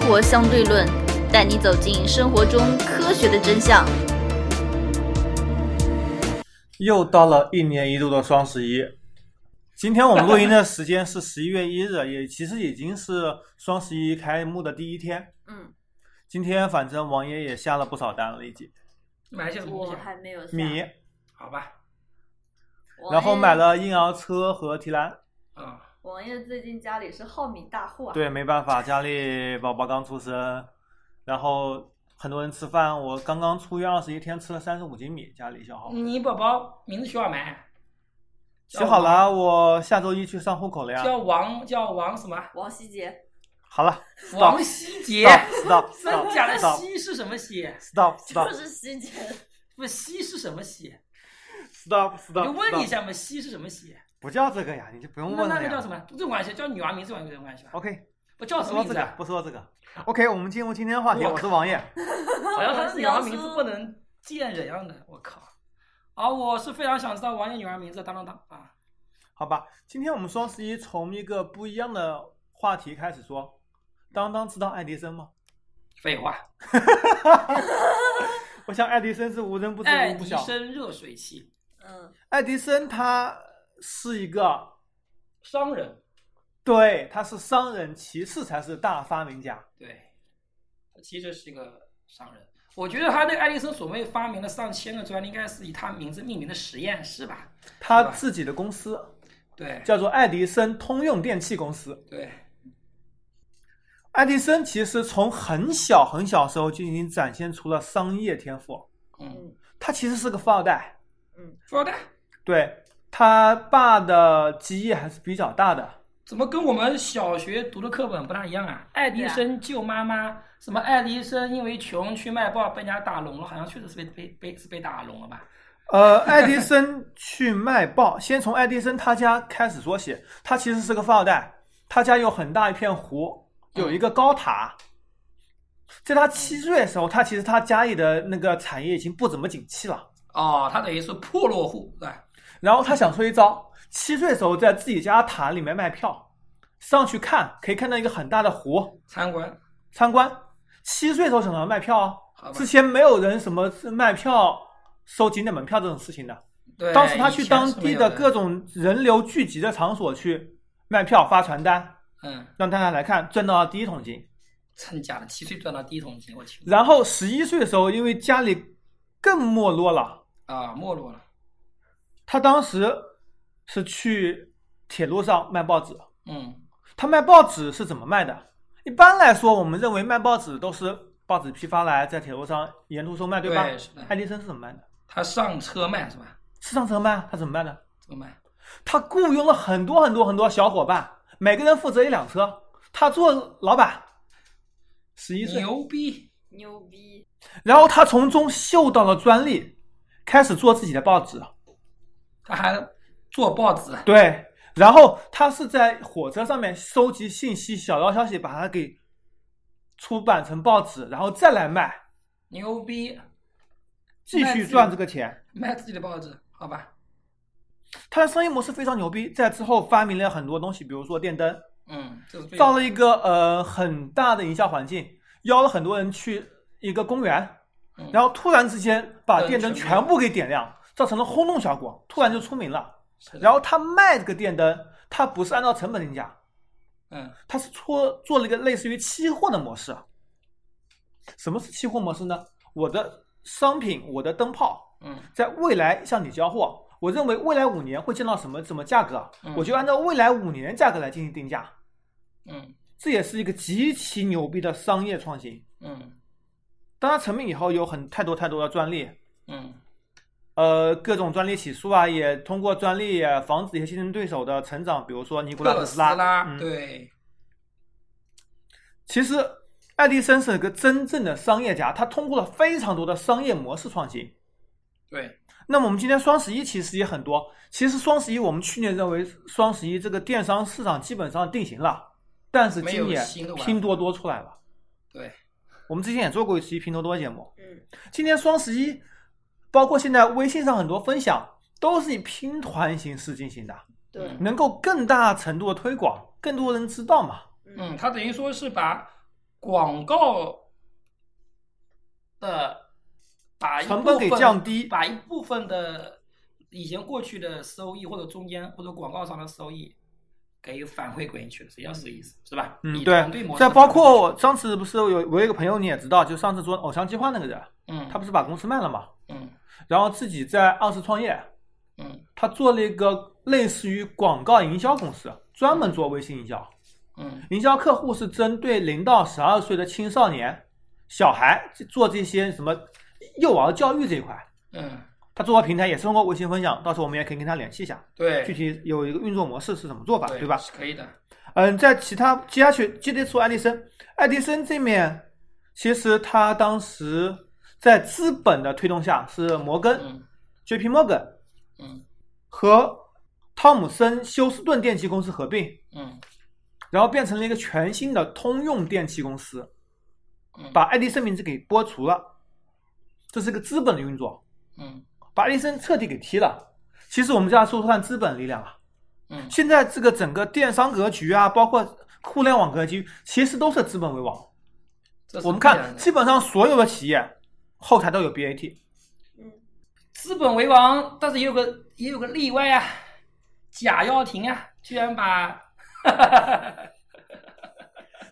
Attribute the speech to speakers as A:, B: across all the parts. A: 活相对论》，带你走进生活中科学的真相。
B: 又到了一年一度的双十一，今天我们录音的时间是十一月一日，也其实已经是双十一开幕的第一天。
A: 嗯，
B: 今天反正王爷也下了不少单了，已经
C: 买了些什么
A: 我
C: 东西？啊
A: 还没有下
B: 米，，
C: 好吧，
A: 王爷
B: 然后买。了婴儿车和提篮。
C: 啊、
A: 王爷最近家里是浩米大户啊。，
B: 对，没办法，家里宝宝刚出生，然后很多人吃饭，我刚刚出院二十一天，吃了三十五斤米，家里消耗。
C: 你宝宝名字取好没？
B: 写好了，我下周一去上户口了呀。
C: 叫王叫王什么？
A: 王希杰，
B: 好了
C: 王希杰。
B: ，stop
C: 真的
B: stop
C: 假的
B: stop
C: 希是什么希？
B: stop
A: 就
B: stop
A: 是希杰。
C: 不是希是什么希？
B: stop
C: 我
B: stop，
C: 就问你一下嘛，希是什么希？
B: 不叫这个呀，你就不用
C: 那
B: 问
C: 那
B: 了
C: 个叫什
B: 呀。哦
C: 么？这种关系叫女儿名字有什么关系吧？
B: OK，
C: 不叫
B: 不
C: 什么
B: 说
C: 名
B: 这
C: 字
B: 个
C: 啊，？
B: 不说这个。OK，我们进入今天的话题。
C: 我
B: 我是王 爷，
C: 好像他
A: 我
C: 是
A: 是
C: 女儿
A: 妖
C: 名字
A: 叔
C: 不能见人样的，我靠！啊，我是非常想知道王爷女儿名字，当当当啊！
B: 好吧？今天我们双十一从一个不一样的话题开始说。当当知道爱迪生吗？
C: 废话，
B: 我想爱迪生是无人不知
C: 爱
B: 无不
C: 迪
B: 晓。
C: 生热水器
A: 嗯，
B: 爱迪生他是一个，
C: 商人，
B: 对，他是商人，其次才是大发明家。
C: 对，他其实是一个商人。我觉得他那个爱迪生所谓发明了上千个专利，应该是以他名字命名的实验室吧？
B: 他
C: 对吧
B: 自己的公司
C: 对
B: 叫做爱迪生通用电气公司。
C: 对，
B: 爱迪生其实从很小很小时候就已经展现出了商业天赋，
C: 嗯，
B: 他其实是个富二代，
C: 富二代
B: 对他爸的基业还是比较大的。
C: 怎么跟我们小学读的课本不大一样啊？爱迪
A: 对啊
C: 生救妈妈，什么爱迪生因为穷去卖报被人家打聋了，好像确实是被被被是被打聋了吧？
B: 呃，爱迪生去卖报，先从爱迪生他家开始说起。他其实是个富二代，他家有很大一片湖，有一个高塔。在他七岁的时候，他其实他家里的那个产业已经不怎么景气了。
C: 哦，他等于是破落户，对吧？
B: 然后他想出一招，七岁的时候在自己家塔里面卖票，上去看可以看到一个很大的湖
C: 参观，
B: 参观。七岁的时候想要卖票哦
C: 好，吧
B: 之前没有人什么卖票、收景点门票这种事情的。
C: 对，
B: 当时他去
C: 以前
B: 当
C: 是没
B: 地
C: 有
B: 的
C: 的
B: 各种人流聚集的场所去卖票、发传单，
C: 嗯，
B: 让大家来看，赚到了第一桶金。
C: 真假的，七岁赚到第一桶金，我去
B: 然后十一岁的时候，因为家里更没落了，
C: 啊，没落了，
B: 他当时是去铁路上卖报纸。
C: 嗯，
B: 他卖报纸是怎么卖的？一般来说，我们认为卖报纸都是报纸批发来，在铁路上沿途售卖，吧？
C: 对是的
B: 爱迪生是怎么卖的？
C: 他上车卖是吧？
B: 是上车卖，他怎么卖的？
C: 怎么卖？
B: 他雇佣了很多很多很多小伙伴，每个人负责一辆车，他做老板，十一岁，
C: 牛逼！
A: 牛逼！
B: 然后他从中嗅到了专利，开始做自己的报纸。
C: 他还做报纸，啊
B: 对，然后他是在火车上面收集信息、小道消息，把它给出版成报纸，然后再来卖，
C: 牛逼！
B: 继
C: 卖自
B: 续
C: 己
B: 赚这个钱。
C: 卖自己的报纸，好吧？
B: 他的商业模式非常牛逼，在之后发明了很多东西，比如说电灯，
C: 嗯，这是最
B: 造了一个呃很大的营销环境，邀了很多人去一个公园，
C: 嗯
B: 然后突然之间把
C: 嗯
B: 电灯
C: 全
B: 全
C: 部
B: 部给点亮，造成了轰动效果，突然就出名了。
C: 是的
B: 然后他卖这个电灯，他不是按照成本定价，
C: 嗯，
B: 他是做做了一个类似于期货的模式。什么是期货模式呢？我的商品，我的灯泡，
C: 嗯
B: 在未来向你交货。我认为未来五年会见到什么什么价格，
C: 嗯
B: 我就按照未来五年价格来进行定价。
C: 嗯
B: 这也是一个极其牛逼的商业创新。
C: 嗯
B: 当他成名以后，有很太多太多的专利，
C: 嗯
B: 呃，各种专利起诉啊，也通过专利也防止一些竞争对手的成长，比如说尼古拉
C: 特
B: 斯
C: 斯
B: 拉。
C: 拉，
B: 嗯
C: 对，
B: 其实，爱迪生是个真正的商业家，他通过了非常多的商业模式创新。
C: 对，
B: 那么我们今天双十一其实也很多。其实双十一我们去年认为双十一这个电商市场基本上定型了，但是今
C: 没有
B: 年
C: 新的玩法
B: 拼多多出来了。
C: 对，
B: 我们之前也做过一期拼多多节目。
A: 嗯，
B: 今年双十一，包括现在微信上很多分享都是以拼团形式进行的，
A: 对，
B: 能够更大程度的推广，更多人知道嘛。
C: 嗯嗯，他等于说是把广告的把一
B: 成
C: 部
B: 本给
C: 分
B: 降低
C: 把一部分的以前过去的收益或者中间或者广告上的收益给反馈给你去了，实际上是这个意思，是吧？
B: 嗯，
C: 以
B: 对
C: 团队模，式
B: 再包括
C: 反馈
B: 我上次不是有我有一个朋友你也知道，就上次做偶像计划那个人，
C: 嗯，
B: 他不是把公司卖了嘛，
C: 嗯
B: 然后自己在二次创业，
C: 嗯
B: 他做了一个类似于广告营销公司，专门做微信营销，
C: 嗯
B: 营销客户是针对零到十二岁的青少年小孩做这些什么幼儿教育这一块。
C: 嗯，
B: 他做过平台也是通过微信分享，到时候我们也可以跟他联系一下，
C: 对，
B: 具体有一个运作模式是怎么做法，对
C: 对
B: 吧？
C: 是可以的，
B: 嗯，在其他接下去接着说爱迪生，爱迪生这面其实他当时在资本的推动下，是摩根、
C: 嗯
B: J.P. 摩根
C: 嗯
B: 和汤姆森休斯顿电器公司合并，
C: 嗯
B: 然后变成了一个全新的通用电器公司，
C: 嗯，
B: 把爱迪生名字给剥除了，这是个资本的运作，
C: 嗯
B: 把爱迪生彻底给踢了。其实我们这样说说看资本力量啊，
C: 嗯
B: 现在这个整个电商格局啊，包括互联网格局，其实都是资本为王。
C: 这是
B: 我们
C: 必然
B: 看，
C: 的
B: 基本上所有的企业后台都有 BAT，
C: 资本为王，但是也有个也有个例外啊，贾跃亭啊，居然把。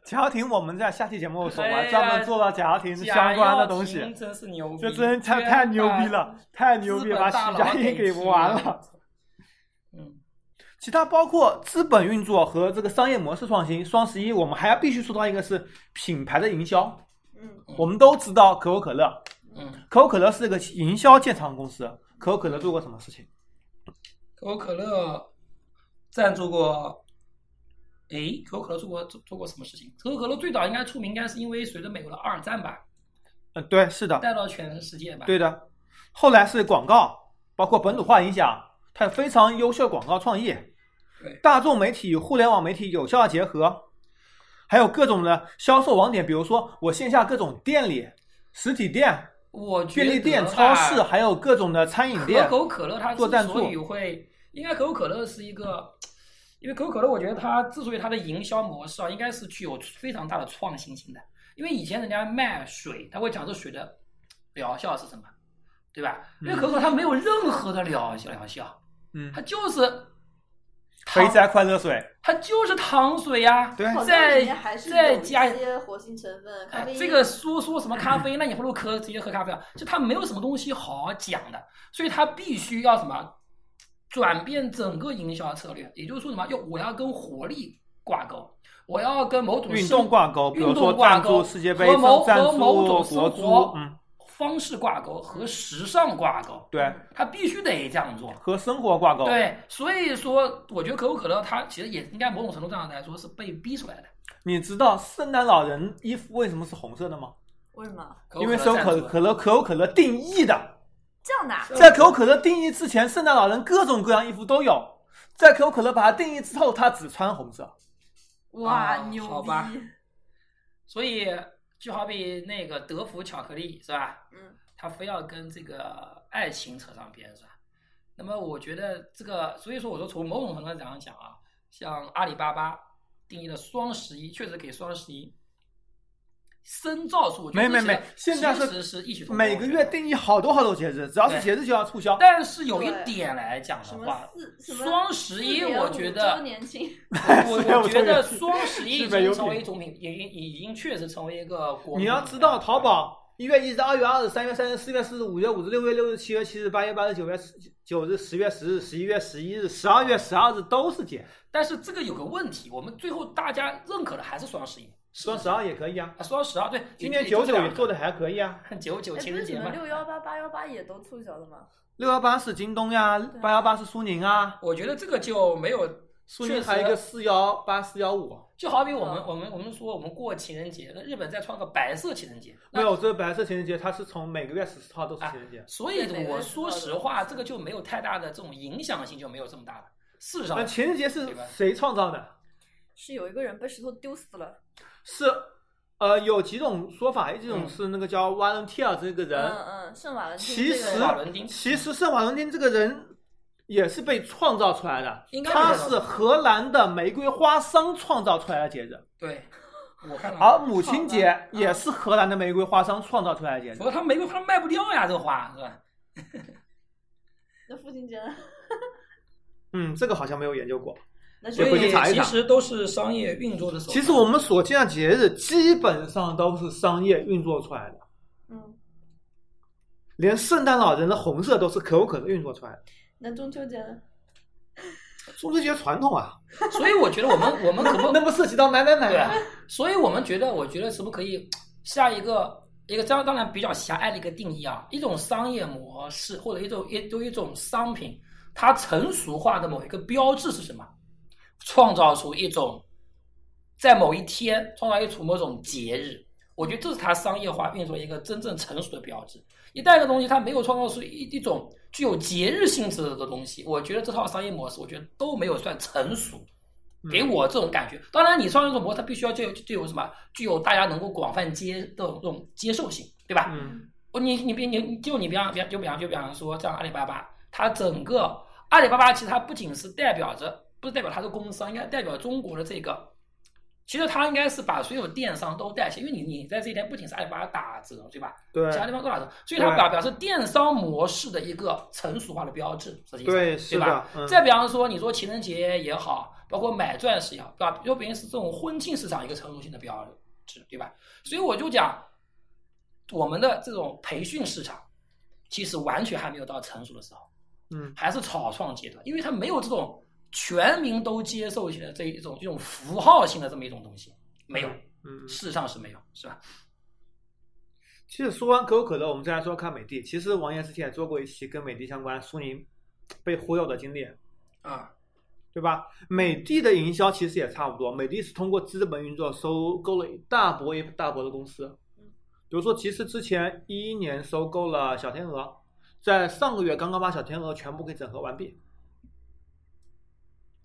B: 贾跃亭我们在下期节目的时候，我
C: 哎
B: 还
C: 呀
B: 专门做了贾跃亭相关的东
C: 贾跃亭
B: 西，
C: 真是牛逼，
B: 这真太太牛逼了，太牛逼了，把
C: 徐
B: 许家印给玩了。。
C: 嗯
B: 其他包括资本运作和这个商业模式创新。双十一我们还要必须说到一个是品牌的营销，
A: 嗯
B: 我们都知道可口可乐，
C: 嗯，
B: 可口可乐是个营销建仓公司，可口可乐做过什么事情？
C: 可口可乐赞助过，诶，可口可乐做过做做过什么事情？可口可乐最早应该出名，应该是因为随着美国的二战吧，
B: 嗯，对，是的，
C: 带到全世界吧。
B: 对的。后来是广告，包括本土化影响，它有非常优秀的广告创意
C: 对，
B: 大众媒体与互联网媒体有效的结合，还有各种的销售网点，比如说我线下各种店里、实体店、
C: 我觉
B: 便
C: 得啊
B: 利店、
C: 吧
B: 超市，还有各种的餐饮
C: 可
B: 店。
C: 口可乐它
B: 做赞
C: 之
B: 助
C: 所以会，应该可口可乐是一个，因为可口可乐，我觉得它之所以它的营销模式啊，应该是具有非常大的创新性的。因为以前人家卖水，他会讲这水的疗效是什么，对吧？因为可口可乐它没有任何的疗效，疗效，
B: 嗯
C: 它，就是
B: 肥
C: 糖，
B: 宅快乐水，
C: 它就是糖水呀、
B: 对
A: 好像里面
C: 再
A: 还是
C: 再
A: 有一
C: 加
A: 些活性成分，咖
C: 哎
A: 啡，因啊
C: 这个说说什么咖啡，那你不如喝直接喝咖啡啊！就它没有什么东西好讲的，所以它必须要什么转变整个营销策略，也就是说什么要我要跟活力挂钩，我要跟某种
B: 运
C: 生
B: 动挂钩，比
C: 运
B: 如说
C: 动挂
B: 赞
C: 钩
B: 助世界杯
C: 和某、
B: 赞
C: 和
B: 助
C: 某种
B: 国
C: 生
B: 足
C: 活，
B: 嗯，
C: 方式挂钩和时尚挂钩，
B: 对，
C: 它必须得这样做。
B: 和生活挂钩。
C: 对，所以说我觉得可口可乐它其实也应该某种程度上来说是被逼出来的。
B: 你知道圣诞老人衣服为什么是红色的吗？
A: 为什么
C: 可口
B: 因为是
C: 可
B: 由
C: 乐赞
B: 可
C: 助的
B: 可乐可口可乐定义的。
A: 这样的啊？
B: 在可口可乐定义之前，圣诞老人各种各样衣服都有。在可口可乐把它定义之后，它只穿红色。
A: 哇，
C: 啊
A: 牛
C: 好
A: 逼！
C: 吧所以就好比那个德芙巧克力是吧？
A: 嗯，
C: 它非要跟这个爱情扯上边是吧？那么我觉得这个，所以说我说从某种程度上讲啊，像阿里巴巴定义的双十一，确实给双十一深造出，我觉得
B: 没没
C: 这些
B: 没现在是
C: 其实是异曲同工，
B: 每个
C: 我觉
B: 月
C: 得。
B: 定义好多好多节日，只要是
C: 对
B: 节日就要促销。
C: 但是有一
A: 对
C: 点来讲
A: 什
C: 的
A: 么
C: 话，
A: 四什么
C: 双十一
A: 4.5
C: 我觉得
A: 周年庆，
C: 我
B: 四点五
C: 我觉得
B: 周年
C: 双十一已
B: 是没有
C: 经成为
B: 品
C: 一种品，已经已经确实成为一个国民
B: 你要知道，淘宝一月一日、二月二日、三月三日、四月四日、五月五日、六月六日、七月七日、八月八日、九月九日、十月十日、十一月十一日、十二月十二日都是节，
C: 但是这个有个问题，我们最后大家认可的还是双十一，
B: 双十二也可以啊。
C: 啊，双十二对，
B: 今年九九也做
C: 的
B: 的还可以啊，
C: 九九
A: 哎，
C: 情
A: 不
C: 人
A: 是
C: 节
A: 什么
C: 嘛。
A: 六幺八、八幺八也都促销的吗？
B: 六幺八是京东呀，八幺八是苏宁啊，
C: 我觉得这个就没有，
B: 苏
C: 确
B: 宁
C: 实
B: 还有一个四幺八、四幺五，啊
C: 就好比我
A: 哦
C: 们我们我们说我们过情人节，那日本再穿个白色情人节，
B: 没
C: 那啊
B: 有，这白色情人节它是从每个月十四号都是情人节。
C: 所以
A: 对每个
C: 我
A: 人
C: 说
A: 知道的
C: 实话，这个就没有太大的这种影响性，就没有这么大了。事实
B: 那
C: 上，
B: 情人节是
C: 对吧
B: 谁创造的？
A: 是有一个人被石头丢死了，
B: 是，呃，有几种说法，一种
C: 嗯
B: 是那个叫 Valentine 这个
A: 嗯
B: 人，
A: 嗯，圣瓦伦汀
B: 其
A: 这个
B: 实
C: 瓦伦丁
B: 其实圣瓦伦丁这个人也是被创造出来的
C: 应，该被
B: 他
C: 创造嗯
B: 是荷兰的玫瑰花商创造出来的节日。
C: 对，我看了，
B: 而母亲节也
C: 嗯
B: 是荷兰的玫瑰花商创造出来的节日
C: 否。则他玫瑰花卖不掉呀，这花是吧？
D: 那父亲节呢？
B: 嗯，这个好像没有研究过。
D: 那
C: 所
D: 是
B: 对回
C: 以
B: 去查一
C: 其
B: 查
C: 实都是商业运作的手段。
B: 其实我们所见的节日基本上都是商业运作出来的，
D: 嗯，
B: 连圣诞老人的红色都是可口可乐运作出来的。
D: 那中秋节呢？
B: 中秋节传统啊，
C: 所以我觉得我们我们可不
B: 那不涉及到奶奶奶
C: 对
B: 奶
C: 啊。，所以我们觉得，我觉得是不是可以下一个一个当当然比较狭隘的一个定义啊，一种商业模式或者一种一就一种商品，它成熟化的某一个标志是什么？创造出一种在某一天创造一出某种节日，我觉得这是它商业化运作一个真正成熟的标志。一旦一个东西它没有创造出一一种具有节日性质的东西，我觉得这套商业模式，我觉得都没有算成熟。给我这种感觉。当然，你上这种模式，它必须要具有具有什么，具有大家能够广泛接的这种接受性，对吧？
B: 嗯，
C: 我哦你你比你你就你比方比方就比方就比方说，像阿里巴巴，它整个阿里巴巴其实它不仅是代表着，不是代表它的公司，啊，应该代表中国的这个。其实它应该是把所有电商都带起，因为你你在这一天不仅是阿里巴巴打折，对吧？
B: 对
C: 其他地方都打折，所以它
B: 对
C: 表表示电商模式的一个成熟化的标志，实际上
B: 对是
C: 对吧
B: 的？嗯
C: 再比方说，你说情人节也好，包括买钻石也好，对吧？又别是这种婚庆市场一个成熟性的标志，对吧？所以我就讲，我们的这种培训市场，其实完全还没有到成熟的时候，
B: 嗯
C: 还是草创阶段，因为它没有这种全民都接受性的这一种这种符号性的这么一种东西，没有，
B: 嗯，
C: 事实上是没有，是吧？
B: 其实说完可口可乐，我们再来说看美的。其实王岩之前也做过一期跟美的相关苏宁被忽悠的经历，
C: 啊，
B: 对吧？美的的营销其实也差不多，美的是通过资本运作收购了一大波一大波的公司，比如说，其实之前一一年收购了小天鹅，在上个月刚刚把小天鹅全部给整合完毕。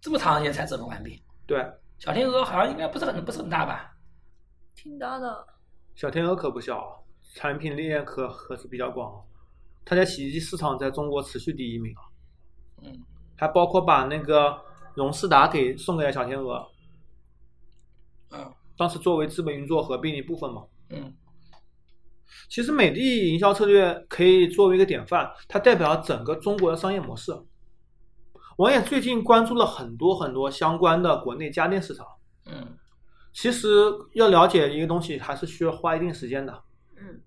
C: 这么长时间才整合完毕，
B: 对，
C: 小天鹅好像应该不是很不是很大吧？
D: 听到的，
B: 小天鹅可不小啊，产品链可可是比较广啊，它在洗衣机市场在中国持续第一名啊。
C: 嗯，
B: 还包括把那个荣事达给送给了小天鹅，
C: 嗯
B: 当时作为资本运作合并的一部分嘛。
C: 嗯。
B: 其实美的营销策略可以作为一个典范，它代表整个中国的商业模式。我也最近关注了很多很多相关的国内家电市场。
C: 嗯
B: 其实要了解一个东西，还是需要花一定时间的。
D: 嗯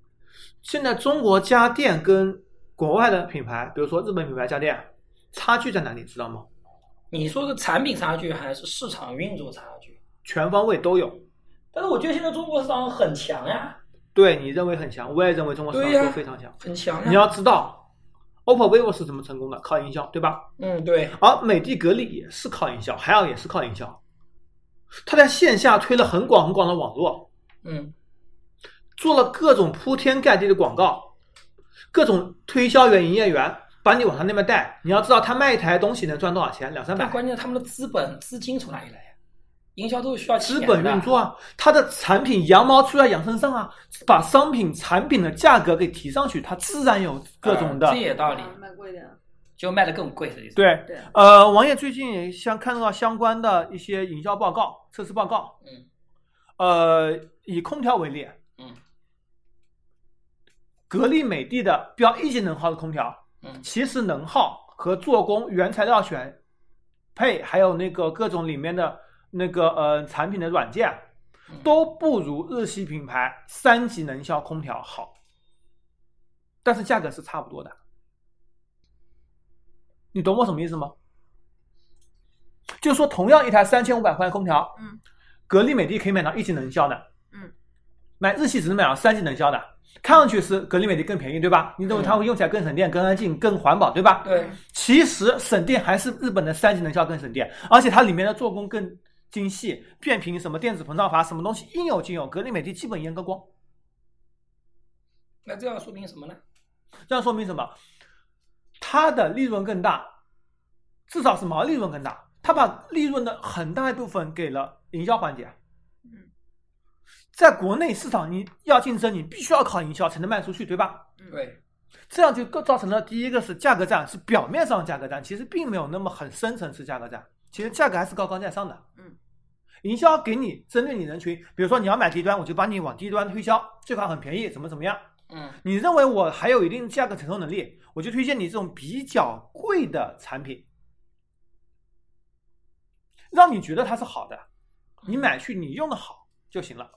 B: 现在中国家电跟国外的品牌，比如说日本品牌家电，差距在哪里？知道吗？
C: 你说是产品差距还是市场运作差距？
B: 全方位都有。
C: 但是我觉得现在中国市场很强呀，
B: 对你认为很强，我也认为中国市场
C: 对呀
B: 都非常强。
C: 很强
B: 你
C: 呀。
B: 要知道，OPPO、vivo 是怎么成功的？靠营销，对吧？
C: 嗯，对，
B: 而美的格力也是靠营销，海尔也是靠营销。它在线下推了很广很广的网络，
C: 嗯，
B: 做了各种铺天盖地的广告，各种推销员、营业员把你往他那边带。你要知道，他卖一台东西能赚多少钱？两三百
C: 但。关键他们的资本资金从哪里来呀？营销都是需要钱
B: 资
C: 的
B: 本运作啊，它的产品羊毛出在羊身上啊，把商品产品的价格给提上去，它自然有各种的。
C: 呃这也道理，
D: 啊卖贵点啊。
C: 就卖的更贵的意思。，
B: 对，
D: 对啊，
B: 呃，王爷最近也相看到相关的一些营销报告、测试报告。
C: 嗯
B: 呃，以空调为例，
C: 嗯
B: 格力、美的的标一级能耗的空调，
C: 嗯
B: 其实能耗和做工、原材料选配，还有那个各种里面的那个呃产品的软件
C: 嗯，
B: 都不如日系品牌三级能效空调好，但是价格是差不多的。你懂我什么意思吗？就是说，同样一台三千五百块的空调，
D: 嗯，
B: 格力、美的可以买到一级能效的，
D: 嗯，
B: 买日系只能买到三级能效的，看上去是格力美的更便宜，对吧？你认为它会用起来更省电、更安静、更环保，对吧？
D: 嗯
C: 对，
B: 其实省电还是日本的三级能效更省电，而且它里面的做工更精细，变频什么电子膨胀阀什么东西应有尽有，格力美的基本阉割光。
C: 那这样说明什么呢？
B: 这样说明什么？它的利润更大，至少是毛利润更大。它把利润的很大一部分给了营销环节。
D: 嗯，
B: 在国内市场，你要竞争，你必须要靠营销才能卖出去，对吧？
C: 对，
B: 这样就更造成了第一个是价格战，是表面上的价格战，其实并没有那么很深层次价格战，其实价格还是高高在上的。
D: 嗯，
B: 营销给你针对你人群，比如说你要买低端，我就帮你往低端推销，这款很便宜，怎么怎么样。
C: 嗯
B: 你认为我还有一定价格承受能力，我就推荐你这种比较贵的产品，让你觉得它是好的，你买去你用的好就行了。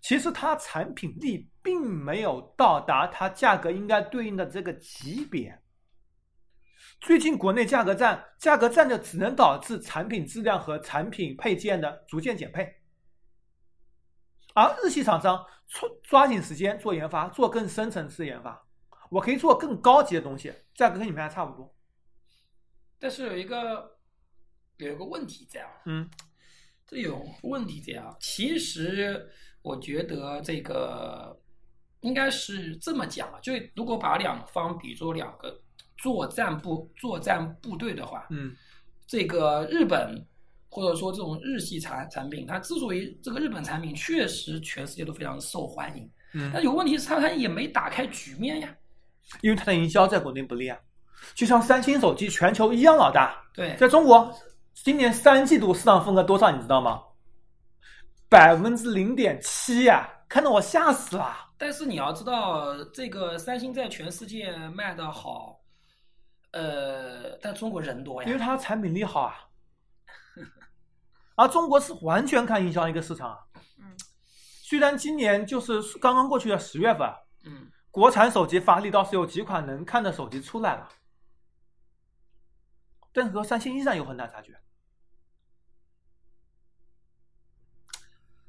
B: 其实它产品力并没有到达它价格应该对应的这个级别。最近国内价格战，价格战就只能导致产品质量和产品配件的逐渐减配。而日系厂商抓抓紧时间做研发，做更深层次研发，我可以做更高级的东西，价格跟你们还差不多。
C: 但是有一个有一个问题在啊，
B: 嗯
C: 这有问题在啊。其实我觉得这个应该是这么讲啊，就如果把两方比作两个作战部作战部队的话，
B: 嗯
C: 这个日本或者说这种日系产产品，它之所以这个日本产品确实全世界都非常受欢迎，但
B: 嗯，
C: 有问题是它它也没打开局面呀。
B: 因为它的营销在国内不利啊，就像三星手机全球一样老大，
C: 对，
B: 在中国今年三季度市场份额多少你知道吗？百分之零点七呀，看得我吓死了。
C: 但是你要知道，这个三星在全世界卖的好，呃，但中国人多呀，
B: 因为它产品力好啊。而中国是完全看营销一个市场啊。
D: 嗯
B: 虽然今年就是刚刚过去的十月份，
C: 嗯，
B: 国产手机发力倒是有几款能看的手机出来了，但是和三星依然有很大差距。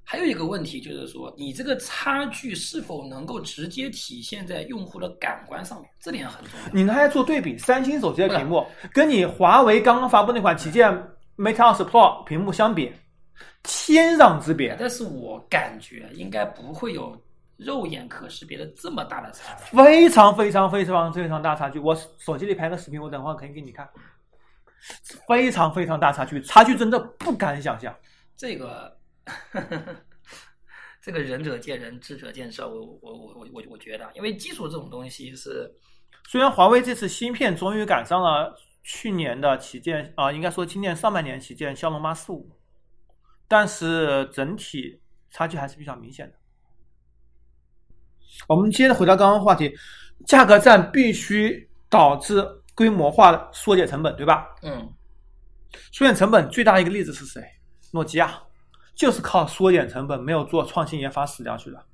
C: 还有一个问题就是说，你这个差距是否能够直接体现在用户的感官上面，这点很重要。
B: 你拿来做对比，三星手机的屏幕跟你华为刚刚发布那款旗舰 Mate 20 Pro 屏幕相比，天壤之别。
C: 但是我感觉应该不会有肉眼可识别的这么大的差距。
B: 非常非常非常非常大差距。我手机里拍个视频，我等会儿可以给你看，非常非常大差距，差距真的不敢想象。
C: 这个，这个仁者见仁，智者见智。我我我我我我觉得啊，因为技术这种东西是，
B: 虽然华为这次芯片终于赶上了去年的旗舰啊、应该说今年上半年旗舰骁龙八四五，但是整体差距还是比较明显的。我们接着回到刚刚话题，价格战必须导致规模化的缩减成本，对吧？
C: 嗯，
B: 缩减成本最大一个例子是谁？诺基亚，就是靠缩减成本，没有做创新研发死掉去的。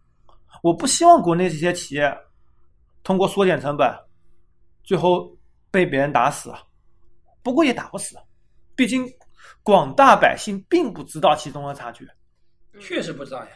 B: 我不希望国内这些企业通过缩减成本，最后被别人打死。啊不过也打不死，毕竟广大百姓并不知道其中的差距。
D: 嗯
C: 确实不知道呀，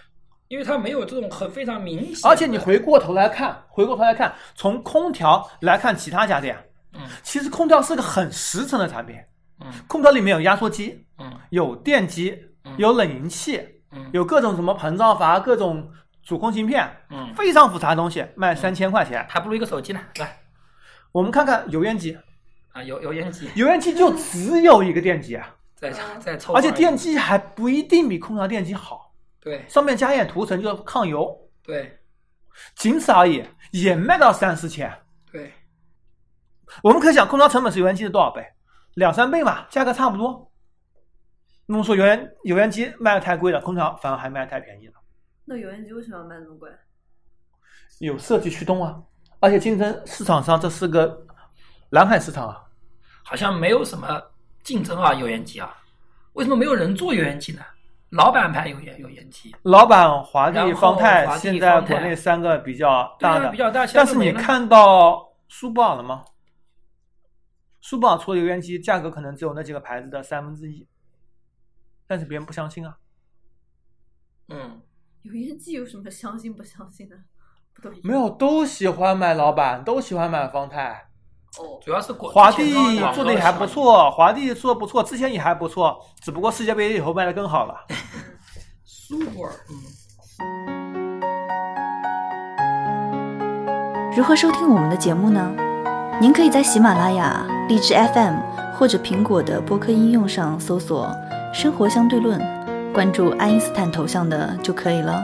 C: 因为它没有这种很非常明显的。
B: 而且你回过头来看，回过头来看，从空调来看其他家电，啊
C: 嗯
B: 其实空调是个很实诚的产品。
C: 嗯
B: 空调里面有压缩机，
C: 嗯
B: 有电机，
C: 嗯
B: 有冷凝器，
C: 嗯
B: 有各种什么膨胀阀、各种主控芯片，
C: 嗯，
B: 非常复杂的东西，卖三千块钱。
C: 还不如一个手机呢。来
B: 我们看看油烟机，
C: 啊，油油烟机
B: 油烟机就只有一个电机，啊
C: 再
D: 嗯
C: 再凑合
B: 而
C: 一
B: 且
C: 个，
B: 电机还不一定比空调电机好，
C: 对
B: 上面加一点涂层就是抗油，
C: 对
B: 仅此而已，也卖到三四千。
C: 对，
B: 我们可以想，空调成本是油烟机的多少倍？两三倍嘛，价格差不多。那么说油烟油烟机卖的太贵了，空调反而还卖的太便宜了。
D: 那油烟机为什么要卖那么贵？
B: 有设计驱动啊，而且竞争市场上这是个蓝海市场啊。
C: 好像没有什么竞争啊，油烟机啊，为什么没有人做油烟机呢？老板牌油烟油烟机，
B: 老板、华
C: 然
B: 帝、
C: 后
B: 方
C: 华
B: 太
C: 帝
B: 现在
C: 方
B: 国
C: 太
B: 内三个比较大
C: 对
B: 的，
C: 啊比较大，
B: 但是你看到苏泊尔了吗？苏泊尔出的油烟机价格可能只有那几个牌子的三分之一，但是别人不相信啊。
C: 嗯，
D: 油烟机有什么相信不相信的？不都一样
B: 没有，都喜欢买老板，都喜欢买方太。
D: 哦？
C: 主要是广
B: 华
C: 之
B: 帝
C: 前刚刚
B: 做的也还不错，华帝做的不错，之前也还不错，只不过世界杯以后卖的更好了。
C: 苏泊尔，嗯，
A: 如何收听我们的节目呢？您可以在喜马拉雅、荔枝 FM 或者苹果的播客应用上搜索“生活相对论”，关注爱因斯坦头像的就可以了。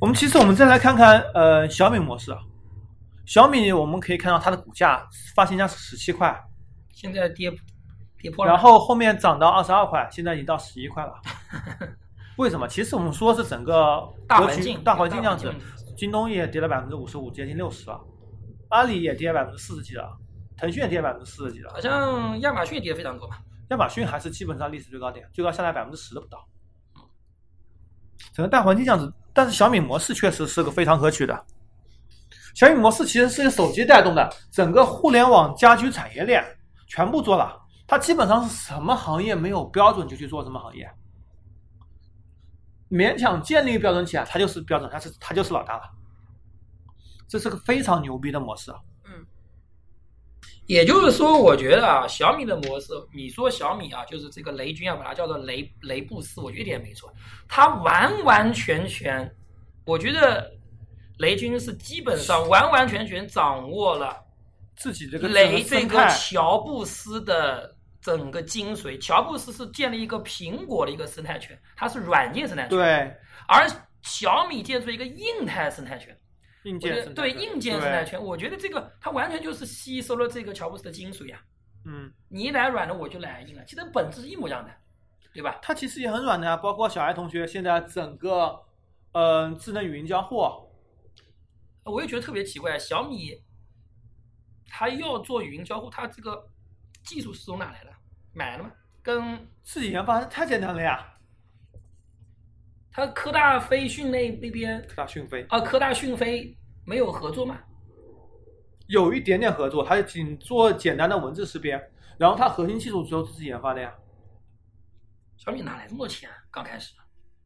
B: 我们其实我们再来看看呃小米模式，啊，小米我们可以看到它的股价发行价是十七块，
C: 现在跌跌破了。
B: 然后后面涨到二十二块，现在已经到十一块 了。为什么？其实我们说是整个
C: 大
B: 格
C: 环
B: 局
C: 境，嗯
B: 大环境这样
C: 大
B: 子
C: 环，
B: 京东也跌了百分之五十五，接近六十了，阿里也跌百分之四十几了，腾讯也跌百分之四十几了
C: 好，像亚马逊也跌得非常多吧？
B: 亚马逊还是基本上历史最高点，最高下来百分之十都不到。整个大环境这样子，但是小米模式确实是个非常可取的。小米模式其实是个手机带动的，整个互联网家居产业链全部做了，它基本上是什么行业没有标准就去做什么行业，勉强建立标准起来，它就是标准，它是它就是老大了。这是个非常牛逼的模式。啊
C: 也就是说，我觉得啊，小米的模式，你说小米啊，就是这个雷军啊，把它叫做雷雷布斯，我觉得一点也没错。他完完全全，我觉得雷军是基本上完完全全掌握了
B: 自己这个整
C: 雷这
B: 生
C: 个
B: 态
C: 乔布斯的整个精髓。乔布斯是建立一个苹果的一个生态圈，它是软件生态圈，
B: 对
C: 而小米建出一个硬态生态圈。
B: 硬
C: 我觉
B: 件
C: 得
B: 生态
C: 对
B: 圈
C: 硬件生
B: 对
C: 态圈，我觉得这个它完全就是吸收了这个乔布斯的精髓啊呀、
B: 嗯，
C: 你来软的我就来硬的，其实本质是一模一样的，对吧？
B: 它其实也很软的啊，包括小爱同学现在整个，嗯、智能语音交互，
C: 我也觉得特别奇怪，小米它要做语音交互，它这个技术是从哪来的？买了吗？跟
B: 自己研发太简单了呀。
C: 它科大飞讯那那边
B: 科大讯飞
C: 啊，科大讯飞没有合作吗？
B: 有一点点合作，它仅做简单的文字识别，然后它核心技术只有自己研发的呀。
C: 小米哪来这么多钱、啊？刚开始，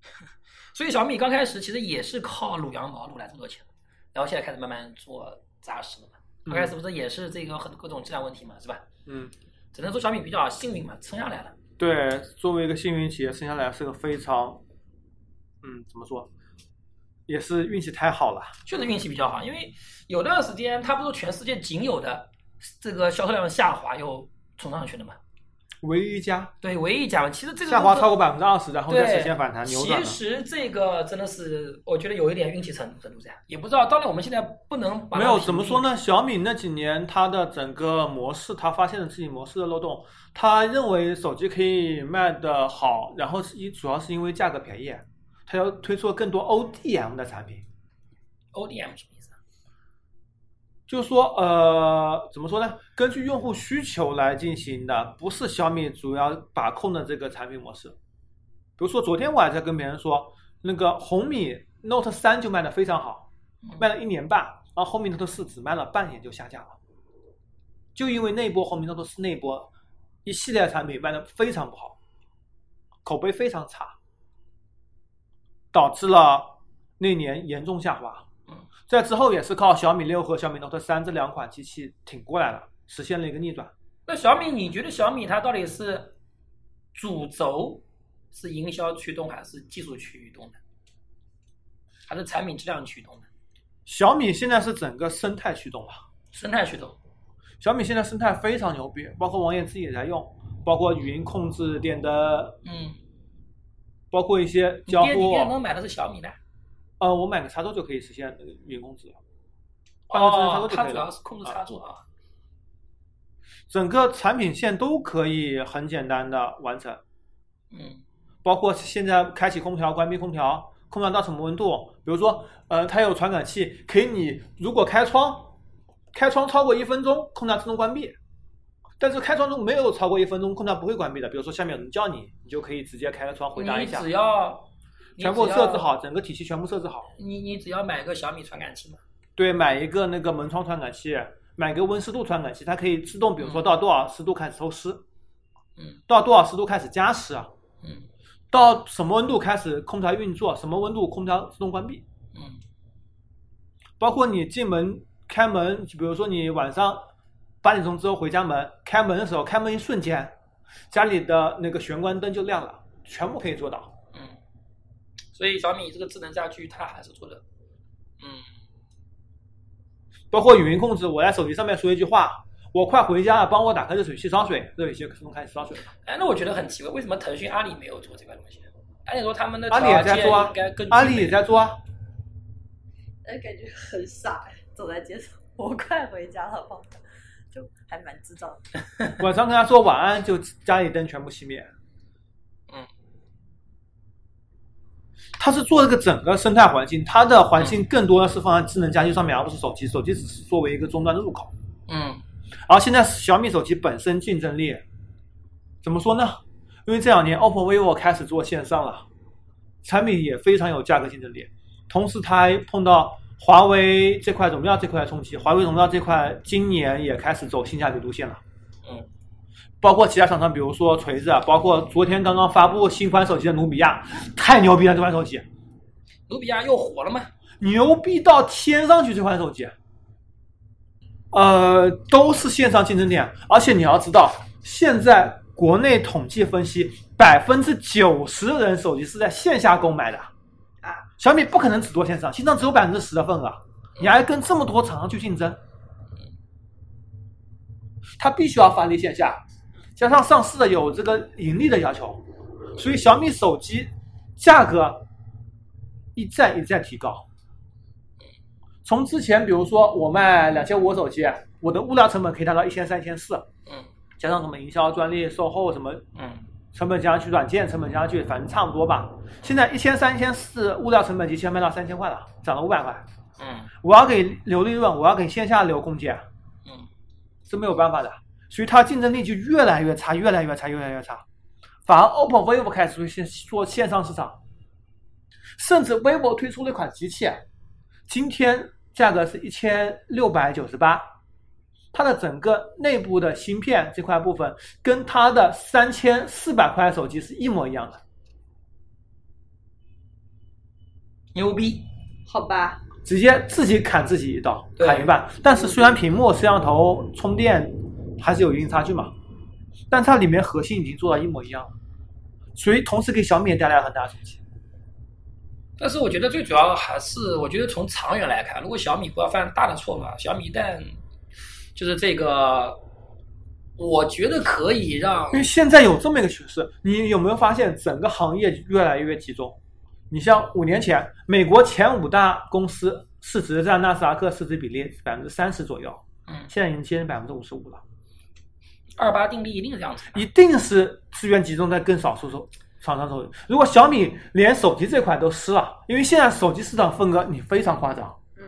C: 所以小米刚开始其实也是靠撸羊毛撸来这么多钱的，然后现在开始慢慢做扎实了嘛。刚开始不是也是这个很各种质量问题嘛，是吧？
B: 嗯，
C: 只能说小米比较幸运嘛，撑下来了。
B: 对，作为一个幸运企业，生下来是个非常，嗯，怎么说，也是运气太好了。
C: 确实运气比较好，因为有段时间它不是全世界仅有的这个销售量下滑又冲上去的嘛？
B: 唯一一家
C: 对，唯一一家嘛，其实这个
B: 下滑
C: 都是
B: 超过百分之二十，然后
C: 对，
B: 再实现反弹扭转了。
C: 其实这个真的是，我觉得有一点运气程程度在，也不知道。当然，我们现在不能把
B: 没
C: 它
B: 有
C: 评
B: 怎么
C: 定
B: 说？呢？小米那几年它的整个模式，它发现了自己模式的漏洞。他认为手机可以卖的好，然后是一主要是因为价格便宜，他要推出更多 ODM 的产品。
C: ODM 什么意思啊？
B: 就是说，呃，怎么说呢？根据用户需求来进行的，不是小米主要把控的这个产品模式。比如说，昨天我还在跟别人说，那个红米 Note 三就卖的非常好，卖了一年半，然后红米 Note 四只卖了半年就下架了，就因为那一波红米 Note 四那一波一系列产品卖的非常不好，口碑非常差，导致了那年严重下滑
C: 嗯。
B: 在之后也是靠小米六和小米 Note 三这两款机器挺过来了，实现了一个逆转。
C: 那小米，你觉得小米它到底是主轴是营销驱动，还是技术驱动的，还是产品质量驱动的？
B: 小米现在是整个生态驱动了。
C: 生态驱动，
B: 小米现在生态非常牛逼，包括王源自己也在用，包括语音控制电灯，
C: 嗯，
B: 包括一些
C: 你
B: 交
C: 电你
B: 互。哦啊
C: 电能买的是小米的，
B: 呃，我买个插座就可以实现呃语音控制了，换个智能插
C: 哦
B: 座，就
C: 它
B: 可以
C: 主
B: 了。
C: 要是控制插座啊。
B: 整个产品线都可以很简单的完成，
C: 嗯，
B: 包括现在开启空调、关闭空调，空调到什么温度？比如说，呃，它有传感器，可以你如果开窗，开窗超过一分钟，空调自动关闭。但是开窗中没有超过一分钟，空调不会关闭的。比如说下面有人叫你，你就可以直接开个窗回答一下
C: 你只，要你
B: 全部
C: 只要
B: 设置好，整个体系全部设置好。
C: 你你只要买个小米传感器嘛，
B: 对，买一个那个门窗传感器，买个温湿度传感器，它可以自动，比如说到多少湿度开始抽湿，
C: 嗯，
B: 到多少湿度开始加湿啊，
C: 嗯
B: 到什么温度开始空调运作，什么温度空调自动关闭，
C: 嗯
B: 包括你进门开门，比如说你晚上八点钟之后回家门，开门的时候，开门一瞬间，家里的那个玄关灯就亮了，全部可以做到。
C: 嗯，所以小米这个智能家居它还是做的，嗯，
B: 包括语音控制，我在手机上面说一句话，我快回家了，帮我打开热水器烧水，热水器自动开始烧水了。
C: 哎，那我觉得很奇怪，为什么腾讯、阿里没有做这块东西？按理说他们的
B: 阿里也在做啊
C: 条件应该更具备
B: 阿里也在做啊，
D: 哎，感觉很傻，走在街上，我快回家了，帮我
E: 就还蛮智障的。
B: 晚上跟他说晚安，就家里灯全部熄灭。
C: 嗯，
B: 他是做这个整个生态环境，它的环境更多的是放在智能家居上面，而不是手机。手机只是作为一个终端的入口。
C: 嗯
B: 而现在小米手机本身竞争力怎么说呢？因为这两年 OPPO、vivo 开始做线上了，产品也非常有价格竞争力。同时，它还碰到华为这块、荣耀这块冲击，华为、荣耀这块今年也开始走性价比路线了。
C: 嗯，
B: 包括其他厂商，比如说锤子，啊，包括昨天刚刚发布新款手机的努比亚，太牛逼了！这款手机
C: 努比亚又火了吗？
B: 牛逼到天上去！这款手机，呃，都是线上竞争点，而且你要知道，现在国内统计分析，百分之九十的人手机是在线下购买的，
E: 啊，
B: 小米不可能只做线上，线上只有百分之十的份额，你还跟这么多厂商去竞争，它必须要发力线下，加上上市的有这个盈利的要求，所以小米手机价格一再一再提高。从之前，比如说我卖两千五手机，我的物料成本可以达到一千三、一千四，
C: 嗯
B: 加上什么营销、专利、售后什么
C: 嗯
B: 成本加上去，软件成本加上去，反正差不多吧。现在一千三、一千四，物料成本提前卖到三千块了，涨了五百块。
C: 嗯
B: 我要给留利润，我要给线下留空间，
C: 嗯
B: 是没有办法的。所以它竞争力就越来越差，越来越差，越来越差。反而 OPPO、vivo 开始去做线上市场，甚至 vivo 推出了一款机器，啊今天价格是一千六百九十八，它的整个内部的芯片这块部分跟它的三千四百块手机是一模一样的。
C: 牛逼！
E: 好吧，
B: 直接自己砍自己一刀，
C: 对
B: 砍一半。但是虽然屏幕、摄像头、充电还是有一定差距嘛，但它里面核心已经做到一模一样了，所以同时给小米也带来了很大冲击。
C: 但是我觉得最主要还是，我觉得从长远来看，如果小米不要犯大的错误啊，小米一旦就是这个，我觉得可以让
B: 因为现在有这么一个趋势，你有没有发现整个行业越来越集中？你像五年前，美国前五大公司市值占纳斯达克市值比例百分之三十左右，
C: 嗯
B: 现在已经接近百分之五十五了，
C: 二八定律一定是这样子的。
B: 一定是资源集中在更少数手厂商手里。如果小米连手机这块都失了，因为现在手机市场份额你非常夸张。
D: 嗯。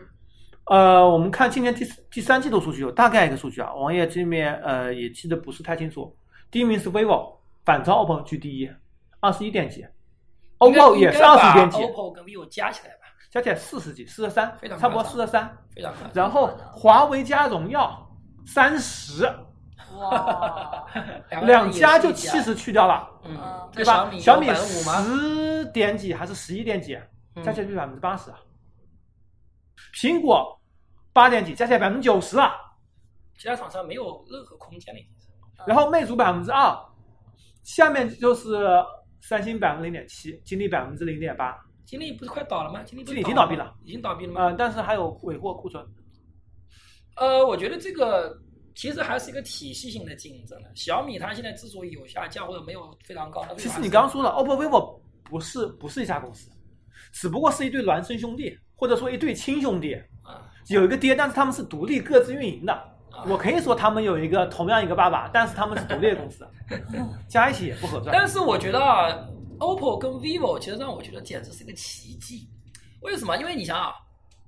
B: 呃，我们看今年第四第三季度数据有大概一个数据啊，王爷这边呃也记得不是太清楚。第一名是 vivo，反超 OPPO 居第一，二十一点几，OPPO 也是二十点几，
C: ，OPPO 跟 vivo 加起来吧，
B: 加起来四十几，四十三
C: 非常，
B: 差不多
C: 夸
B: 四
C: 张
B: 十三。
C: 非常快。
B: 然后华为加荣耀三十，
E: 哇，
C: 个
B: 两家就
C: 也是一
B: 七，十去掉了。
C: 嗯
E: 嗯，
C: 那
B: 对吧？
C: 小
B: 小米
C: 米有百分之五吗？
B: 十点几还是十一点几？
C: 嗯
B: 加起来就百分之八十啊。苹果八点几，加起来百分之九十啊。
C: 其他厂商没有任何空间了，已经是。
B: 然后魅族百分之二，下面就是三星百分之零点七，金立百分之零点八，
C: 金立不是快倒了吗？金立不是
B: 金立已经
C: 倒
B: 倒闭
C: 吗
B: 了，
C: 已经倒闭了吗？
B: 呃，但是还有尾货库
C: 嗯
B: 存。
C: 呃，我觉得这个其实还是一个体系性的竞争了。小米它现在之所以有下降或者没有非常高，它
B: 其实你刚刚说了，OPPO、vivo 不是不是一家公司，只不过是一对孪生兄弟，或者说一对亲兄弟，
C: 啊，
B: 有一个爹，但是他们是独立各自运营的。我可以说他们有一个同样一个爸爸，但是他们是独立的公 司，加一起也不合算。
C: 但是我觉得啊，OPPO 跟 vivo 其实让我觉得简直是一个奇迹。为什么？因为你想啊，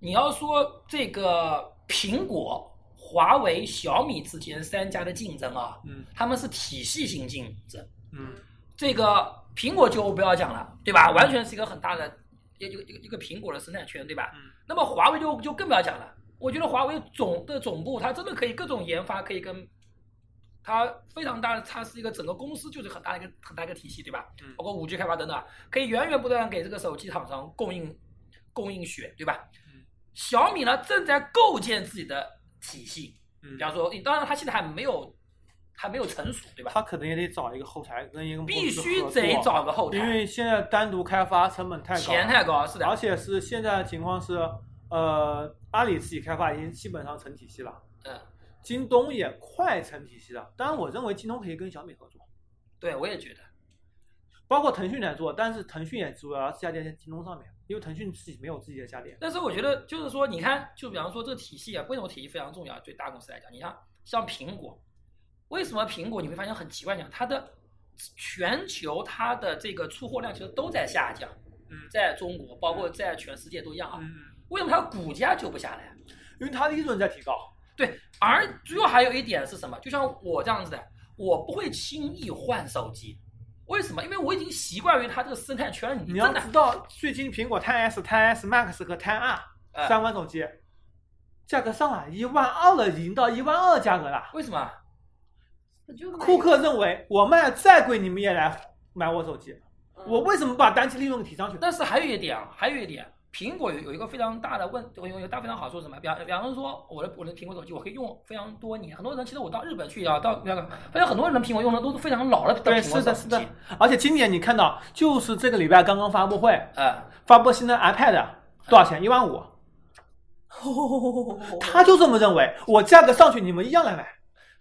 C: 你要说这个苹果、华为、小米之间三家的竞争啊，
B: 嗯
C: 他们是体系性竞争。
B: 嗯，
C: 这个苹果就不要讲了，对吧？完全是一个很大的一个一个一个一个苹果的生态圈，对吧？
B: 嗯
C: 那么华为就就更不要讲了。我觉得华为总的总部，它真的可以各种研发，可以跟它非常大的，它是一个整个公司就是很大一个很大一个体系，对吧
B: 嗯？
C: 包括五 G 开发等等啊，可以源源不断地给这个手机厂商供应供应血，对吧
B: 嗯？
C: 小米呢正在构建自己的体系，
B: 嗯
C: 比方说，当然它现在还没有还没有成熟，对吧？
B: 他可能也得找一个后台跟一个公司
C: 必须
B: 合作
C: 得找个后台，
B: 因为现在单独开发成本太高，
C: 钱太高，是的
B: 而，且是现在的情况是，呃，阿里自己开发已经基本上成体系了，
C: 嗯，
B: 京东也快成体系了。当然，我认为京东可以跟小米合作，
C: 对我也觉得，
B: 包括腾讯来做，但是腾讯也主要是架建在京东上面，因为腾讯自己没有自己的家电。
C: 但是我觉得就是说，你看，就比方说这个体系啊，为什么体系非常重要？对大公司来讲，你看像苹果，为什么苹果你会发现很奇怪讲，它的全球它的这个出货量其实都在下降，
B: 嗯
C: 在中国包括在全世界都一样啊，
B: 嗯，
C: 为什么它股价就不下来？啊
B: 因为它利润在提高，
C: 对，而主要还有一点是什么？就像我这样子的，我不会轻易换手机，为什么？因为我已经习惯于它这个生态圈里，
B: 你要
C: 真的
B: 知道，最近苹果 Ten S、Ten S Max 和 Ten R
C: 呃
B: 三款手机，价格上来一万二了，已经到一万二价格了。
C: 为什么？啊
D: 我就买
B: 库克认为，我卖再贵，你们也来买我手机。
E: 嗯
B: 我为什么把单机利润给提上去？
C: 但是还有一点啊，还有一点，苹果有有一个非常大的问，有有一个大非常好处是什么？比方比方说，我的我的苹果手机我可以用非常多年。很多人其实我到日本去也好，到那个，发现很多人的苹果用的都是非常老的
B: 对，
C: 苹果
B: 是
C: 手
B: 的，
C: 机。
B: 是的。而且今年你看到，就是这个礼拜刚刚发布会，
C: 呃，
B: 发布新的 iPad 多少钱？一万五。他就这么认为，我价格上去，你们一样来买。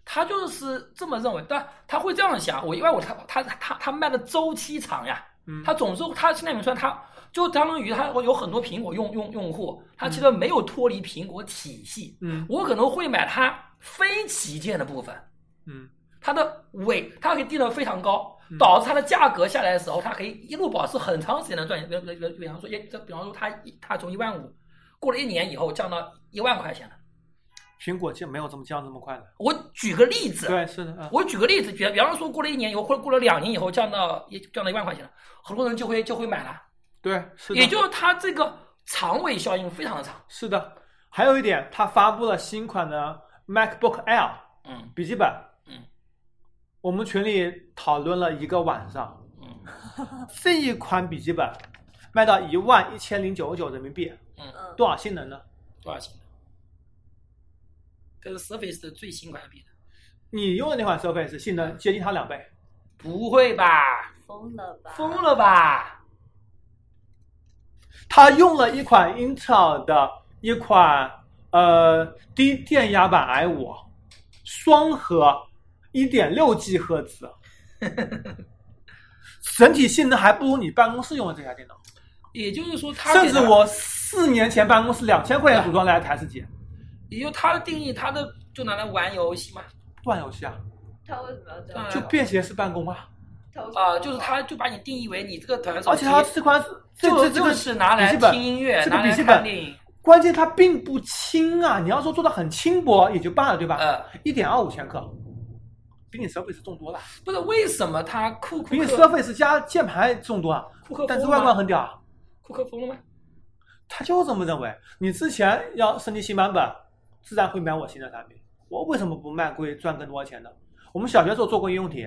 C: 他就是这么认为，但他会这样想。我因为我他他他他卖的周期长呀，
B: 嗯
C: 他总是他现在你说他就相当于他有很多苹果用用用户，他其实没有脱离苹果体系。
B: 嗯
C: 我可能会买它非旗舰的部分，
B: 嗯
C: 它的尾它可以定的非常高
B: 嗯，
C: 导致它的价格下来的时候，它可以一路保持很长时间的赚钱。比比比比方说，一这比方说它一它从一万五过了一年以后降到一万块钱了。
B: 苹果就没有这么降这么快的。
C: 我举个例子，
B: 对，是的，嗯。
C: 我举个例子，比比方说过了一年以后，或者过了两年以后降到一降到一万块钱了，很多人就会就会买了，
B: 对，是的，
C: 也就是它这个长尾效应非常的长。
B: 是的。还有一点，它发布了新款的 MacBook Air
C: 嗯
B: 笔记本。
C: 嗯，
B: 我们群里讨论了一个晚上，
C: 嗯
B: 这一款笔记本卖到一万一千零九十九人民币，
C: 嗯，
E: 嗯，
B: 多少性能呢？
C: 多少钱？跟 Surface 的最新款比的，
B: 你用的那款 Surface 性能接近它两倍，
C: 不会吧？
E: 疯了吧？
C: 疯了吧？
B: 它用了一款英特尔的一款呃低电压版 i 五，双核，一点六 G 赫 兹，整体性能还不如你办公室用的这台电脑。
C: 也就是说它，
B: 甚至，我四年前办公室两千块钱组装来的台式机，
C: 也就它的定义，它的就拿来玩游戏嘛，
B: 断游戏啊，
E: 他为什么要这
C: 嗯
E: 样？
B: 就便携式办公啊。
E: 他为什么
C: 啊、
E: 要
C: 就是
E: 这样
C: 它就把你定义为你这个台手
B: 而
C: 机
B: 且它这款这
C: 嗯就
B: 这这
C: 就
B: 个
C: 是拿来
B: 笔记本
C: 听音乐，
B: 这个
C: 拿
B: 笔
C: 来
B: 记
C: 看
B: 本
C: 电影，
B: 关键它并不轻啊，你要说做的很轻薄也就罢了，对吧？
C: 呃，
B: 一点二五千克，比你 Surface 重多了，
C: 不是为什么它库库
B: 比你
C: 克
B: Surface 加键盘重多啊。
C: 库克
B: 但是
C: 疯
B: 外观
C: 了吗？
B: 很屌啊，
C: 库克疯了吗？
B: 他就这么认为。你之前要升级新版本，自然会买我新的产品。我为什么不卖贵赚更多钱呢？我们小学时候做过应用题，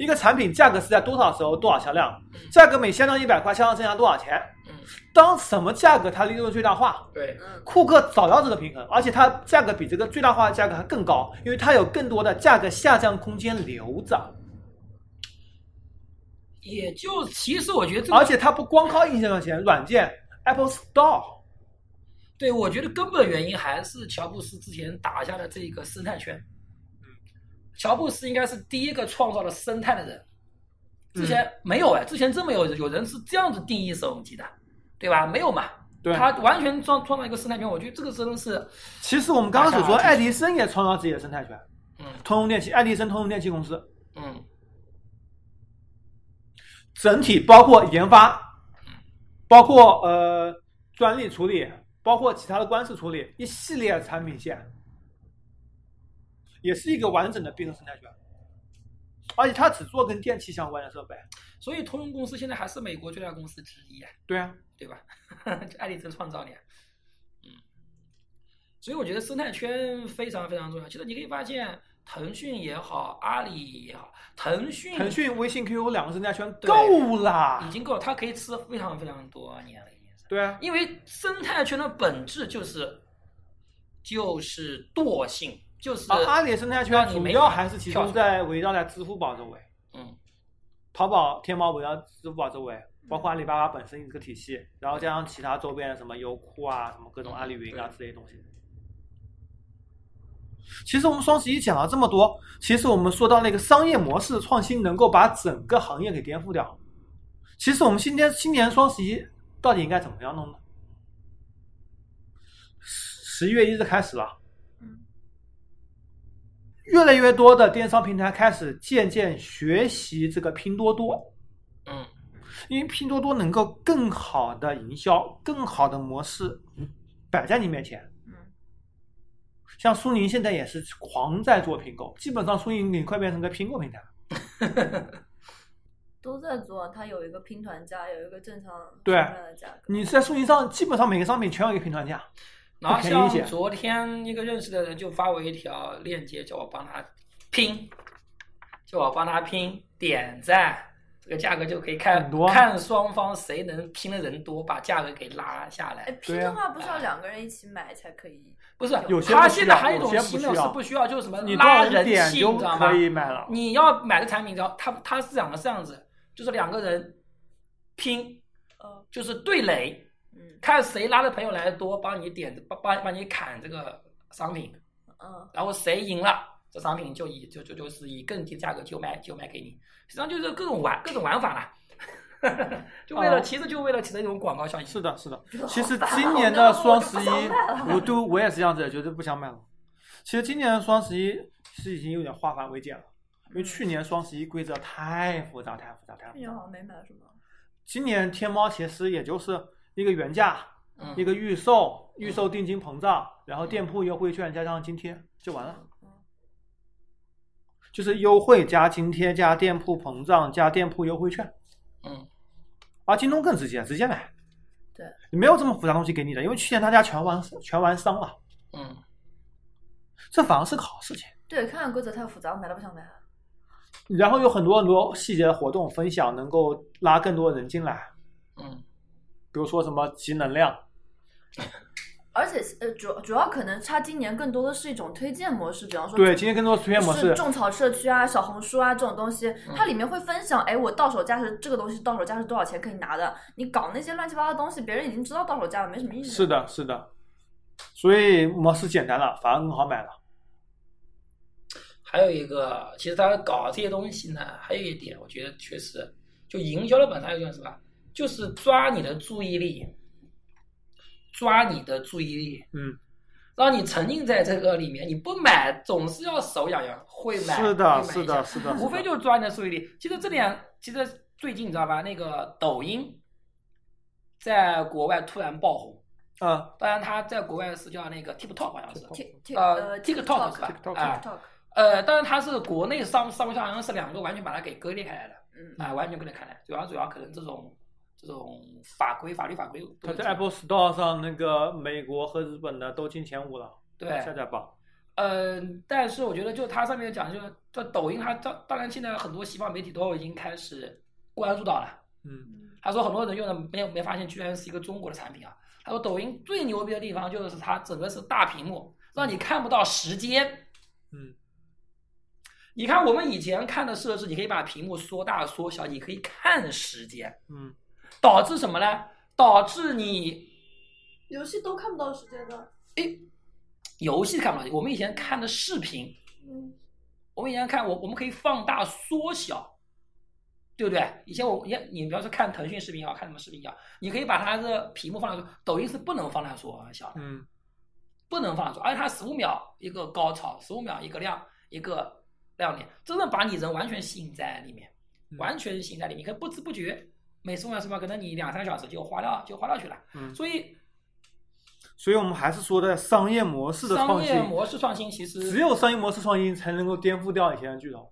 B: 一个产品价格是在多少时候多少销量，价格每销量一百块，销量增加多少钱？
C: 嗯，
B: 当什么价格它利润最大化？
C: 对，
E: 嗯
B: 库克找到这个平衡，而且它价格比这个最大化的价格还更高，因为它有更多的价格下降空间留着，
C: 也就其实我觉得这
B: 而
C: 个，
B: 且它不光靠硬件赚钱，软件 Apple Store
C: 对我觉得根本原因还是乔布斯之前打下的这个生态圈。嗯乔布斯应该是第一个创造了生态的人，之前没有哎，之前真没有有人是这样子定义手机的，对吧？没有嘛，
B: 对
C: 他完全创创造一个生态圈，我觉得这个真的是，
B: 其实我们刚刚所说，
C: 打下
B: 爱迪生也创造自己的生态圈，
C: 嗯
B: 通用电气、爱迪生通用电气公司
C: 嗯，
B: 整体包括研发，包括呃专利处理，包括其他的官司处理，一系列产品线，也是一个完整的闭合生态圈。而且它只做跟电器相关的设备。
C: 所以通用公司现在还是美国最大公司之一啊，
B: 对啊，
C: 对吧？ 爱迪生创造的呀，嗯，所以我觉得生态圈非常非常重要。其实你可以发现，腾讯也好，阿里也好，腾讯
B: 腾讯、微信、QQ 两个生态圈
C: 对嗯
B: 够啦
C: 已。经够了，它可以吃非常非常多年了，已经是。
B: 对啊，
C: 因为生态圈的本质就是就是惰性，就是、
B: 啊，阿里生态圈
C: 让你
B: 主
C: 没
B: 要
C: 法
B: 还是集
C: 跳
B: 中
C: 出
B: 在围绕在支付宝周围。
C: 嗯
B: 淘宝、天猫围绕支付宝周围，包括阿里巴巴本身一个体系，然后加上其他周边的什么优酷啊、什么各种阿里云啊之类的东西。其实我们双十一讲了这么多，其实我们说到那个商业模式创新能够把整个行业给颠覆掉。其实我们今天今年双十一到底应该怎么样弄呢？十十一月一日开始了，
D: 嗯，
B: 越来越多的电商平台开始渐渐学习这个拼多多，
C: 嗯，
B: 因为拼多多能够更好的营销、更好的模式摆在你面前。
D: 嗯
B: 像苏宁现在也是狂在做拼购，基本上苏宁你快变成个拼购平台了。
D: 都在做，它有一个拼团价，有一个正常
B: 对啊
D: 上面的价格。
B: 你在苏宁上基本上每个商品全有一个拼团价，
C: 然后
B: 不便宜一些
C: 像昨天一个认识的人就发我一条链接，叫我帮他拼，叫我帮他拼点赞，这个价格就可以看
B: 很多
C: 看双方谁能拼的人多，把价格给拉下
D: 哎，
C: 来。
D: 拼
B: 对啊
D: 的话不是要两个人一起买才可以？
C: 不是，
B: 有些
C: 他
B: 不需
C: 现在
B: 要
C: 还有一种
B: 有些
C: 奇
B: 不
C: 妙
B: 需
C: 是
B: 要
C: 不需要，就是什么
B: 你多
C: 拉
B: 少
C: 人
B: 点
C: 气，
B: 就
C: 你知道吗
B: 可？以买了。
D: 啊
C: 你要买的产品，你知道，他他是讲的是这样子，就是两个人拼，
D: 呃，
C: 就是对垒，
D: 嗯
C: 看谁拉的朋友来的多，帮你点帮帮帮你砍这个商品。
D: 嗯，
C: 然后谁赢了，这商品就以就就就是以更低价格就卖就卖给你，实际上就是各种玩各种玩法啦。 就为了、
B: 哦
C: 其实就为了起到一种广告效应。
B: 是
C: 的，
B: 的，是的。
D: 这个
B: 其
D: 好
B: 实
D: 烦啊
B: 今
D: 我
B: 年
D: 那
B: 的
D: 个
B: 双
D: 我就
B: 十
D: 不
B: 一
D: 想买了，
B: 我都我也是这样子，觉得不想买了。其实今年的双十一是已经有点化繁为简了，因为去年双十一规则太复杂，太复杂，太
D: 嗯去
B: 复
D: 年
B: 杂
D: 好像没买
B: 了。
D: 什么。
B: 今年天猫其实也就是一个原价、
C: 嗯，
B: 一个预售、预售定金膨胀，然后店铺优惠券加上津贴就完了。
D: 嗯
B: 就是优惠加津贴加店铺膨胀加店铺优惠券，
C: 嗯，
B: 而京东更直接，直接买。
D: 对，
B: 没有这么复杂东西给你的，因为去年大家全玩全玩伤了，
C: 嗯，
B: 这反而是个好事情。
D: 对，看看规则太复杂，我买都不想买了。
B: 然后有很多很多细节的活动分享，能够拉更多人进来，
C: 嗯，
B: 比如说什么集能量，
D: 而且呃，主主要可能它今年更多的是一种推荐模式，比方说
B: 对，今天更多推荐模
D: 是
B: 式，嗯
D: 种草社区啊、小红书啊这种东西，它里面会分享，哎，我到手价是这个东西，到手价是多少钱可以拿的。你搞那些乱七八糟的东西，别人已经知道到手价了，没什么意思。
B: 是的，是的，所以模式简单了，反而更好买了。
C: 还有一个，其实他搞这些东西呢，还有一点，我觉得确实，就营销的本质还有一点是什么，就是抓你的注意力，抓你的注意力，
B: 嗯，
C: 让你沉浸在这个里面，你不买总是要手痒痒，会买，
B: 是的，
C: 会买
B: 是
C: 一下
B: 的，是的，
C: 无非就是抓你的注意力。其实这点，其实最近你知道吧？那个抖音在国外突然爆红，
B: 啊，
C: 当然它在国外是叫那个 TikTok 好像是，
D: Tik Tik
C: 呃
D: 呃
C: TikTok 是吧
B: TikTok，
C: 啊
D: TikTok，
C: 呃，当然它是国内上上不上好像是两个完全把它给割裂开来的，
D: 嗯
C: 啊、完全割裂开来。主要主要可能这种这种法规法律法规都
B: 它
C: 是这
B: 在
C: 样，
B: Apple Store 上那个美国和日本的都进前五了，
C: 对
B: 下载吧。
C: 呃，但是我觉得就它上面讲就是这抖音它当当然现在很多西方媒体都已经开始关注到了。
B: 嗯，
C: 他说很多人用的没有没发现，居然是一个中国的产品啊。他说抖音最牛逼的地方就是它整个是大屏幕，让你看不到时间。
B: 嗯，
C: 你看我们以前看的设置，你可以把屏幕缩大缩小，你可以看时间，
B: 嗯，
C: 导致什么呢？导致你
D: 游戏都看不到时间的。
C: 游戏看不到。我们以前看的视频，
D: 嗯，
C: 我们以前看我我们可以放大缩小，对不对？以前我你你比方说看腾讯视频也好看什么视频也好，你可以把它的屏幕放大缩，抖音是不能放大缩小的。
B: 嗯，
C: 不能放大缩，而且它十五秒一个高潮，十五秒一个亮一个亮点，真的把你人完全吸引在里面，
B: 嗯
C: 完全吸引在里面，可不知不觉每十五秒十秒，可能你两三小时就花掉就花掉去了。
B: 嗯
C: 所以
B: 所以我们还是说的商业模式的
C: 商
B: 创新
C: 业，模式创新其实
B: 只有商业模式创新才能够颠覆掉以前的巨头。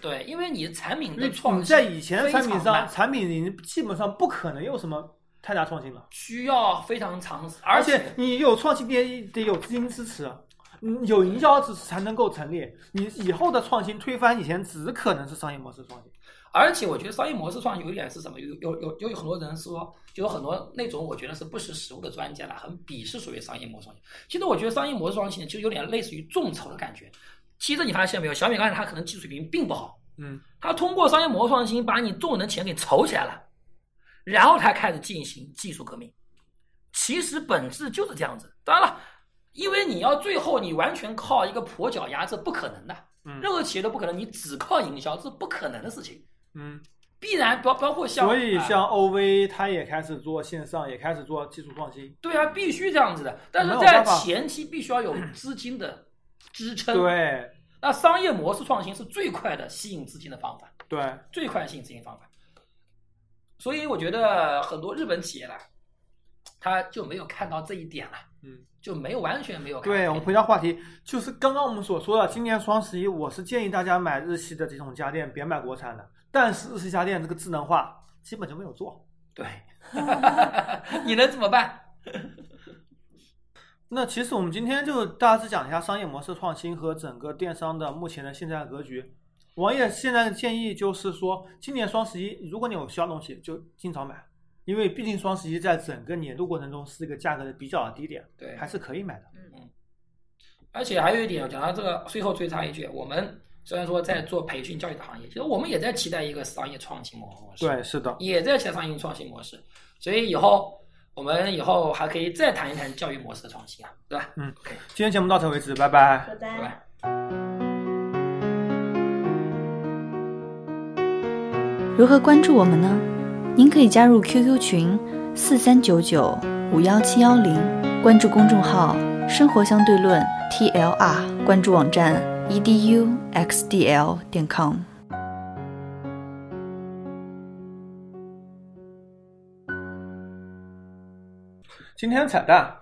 C: 对，因为你产品
B: 你
C: 的
B: 你
C: 创新
B: 在以前的
C: 非常
B: 产品
C: 慢
B: 上，产品已经基本上不可能有什么太大创新了。
C: 需要非常长时，
B: 而
C: 而
B: 且你有创新，得得有资金支持，嗯，有营销支持才能够成立。你以后的创新推翻以前，只可能是商业模式创新。
C: 而且我觉得商业模式上有一点是什么？有有有有很多人说，就有很多那种我觉得是不识时务的专家啦，很鄙视所谓商业模式创新。其实我觉得商业模式创新呢，其实有点类似于众筹的感觉。其实你发现没有，小米刚才它可能技术水平并不好，
B: 嗯
C: 它通过商业模式创新把你众人的钱给筹起来了，然后它开始进行技术革命。其实本质就是这样子。当然了，因为你要最后你完全靠一个跛脚鸭是不可能的，
B: 嗯
C: 任何企业都不可能，你只靠营销这是不可能的事情。
B: 嗯，
C: 必然包包括像，
B: 所以
C: 啊
B: 像 OV 它也开始做线上，也开始做技术创新。
C: 对啊，必须这样子的，但是
B: 嗯没有
C: 在
B: 办法
C: 前期必须要有资金的支撑，，
B: 对，
C: 那商业模式创新是最快的吸引资金的方法，
B: 对，
C: 最快吸引资金方法。所以我觉得很多日本企业啦，他就没有看到这一点了，
B: 嗯，
C: 就没有完全没有看到这一
B: 对
C: 点。
B: 我们回到话题，就是刚刚我们所说的，今年双十一，我是建议大家买日系的这种家电，别买国产的。但是日系家电这个智能化基本就没有做。
C: 对， 你能怎么办？
B: 那其实我们今天就大致讲一下商业模式创新和整个电商的目前的现在格局。王爷现在的建议就是说，今年双十一，如果你有需要东西，就尽早买，因为毕竟双十一在整个年度过程中是一个价格的比较的低点，
C: 对
B: 还是可以买的。
C: 而且还有一点，我讲到这个最后追插一句，我们虽然说在做培训教育的行业，其实我们也在期待一个商业创新模式，，
B: 对，是的，
C: 也在期待商业创新模式。所以以后我们以后还可以再谈一谈教育模式的创新啊，对吧？
B: 今天节目到此为止，拜拜。
E: 拜
C: 对
E: 拜
C: 吧。？
A: 如何关注我们呢？您可以加入 QQ 群四三九九五幺七幺零，关注公众号“生活相对论 ”TLR，关注网站 E eduxdl 点 com。
B: 今天彩蛋，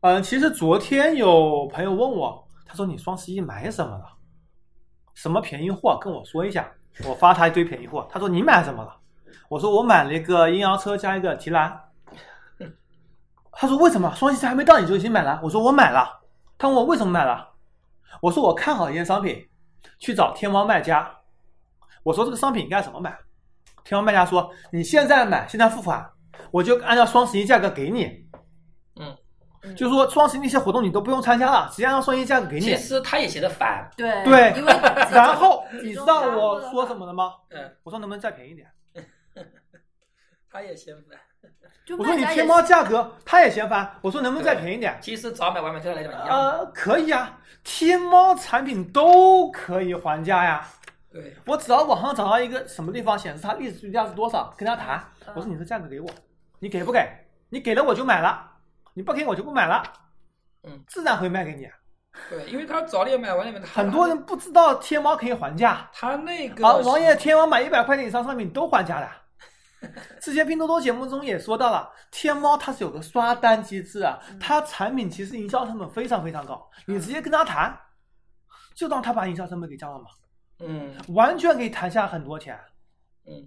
B: 嗯，其实昨天有朋友问我，他说你双十一买什么了？什么便宜货？跟我说一下。我发他一堆便宜货，他说你买什么了？我说我买了一个阴阳车加一个提篮。他说为什么双十一还没到你就已经买了？我说我买了。他问我为什么买了？我说我看好一件商品，去找天猫卖家。我说这个商品应该怎么买？天猫卖家说你现在买，现在付款，我就按照双十一价格给你。就是说双十一那些活动你都不用参加了，直接按双一价格给你
C: 其。实他也觉得烦，
D: 对
B: 对
D: 因为
B: 然后你知道我说什么了吗？
C: 嗯，
B: 我说能不能再便宜点？
C: 他也嫌烦。
D: 就
B: 我说
D: 卖
B: 你
D: 家也
B: 天猫价格他也嫌烦，我说能不能再便宜点？
C: 其实找买外卖推来讲一样，
B: 呃，可以啊，天猫产品都可以还价呀。
C: 对，
B: 我只要网上找到一个什么地方显示它历史均价是多少，跟他谈。
D: 嗯
B: 我说你这价格给我，你给不给？你给了我就买了，你不给我就不买了。
C: 嗯，
B: 自然会卖给你。啊
C: 对，因为他早点买完外卖，他
B: 很多人不知道天猫可以还价。
C: 他那个
B: 啊，王爷天猫买一百块钱以上商品都还价的。 之前拼多多节目中也说到了，天猫它是有个刷单机制啊，它产品其实营销成本非常非常高，你直接跟他谈，就让他把营销成本给降了嘛，
C: 嗯
B: 完全可以谈下很多钱。
C: 嗯，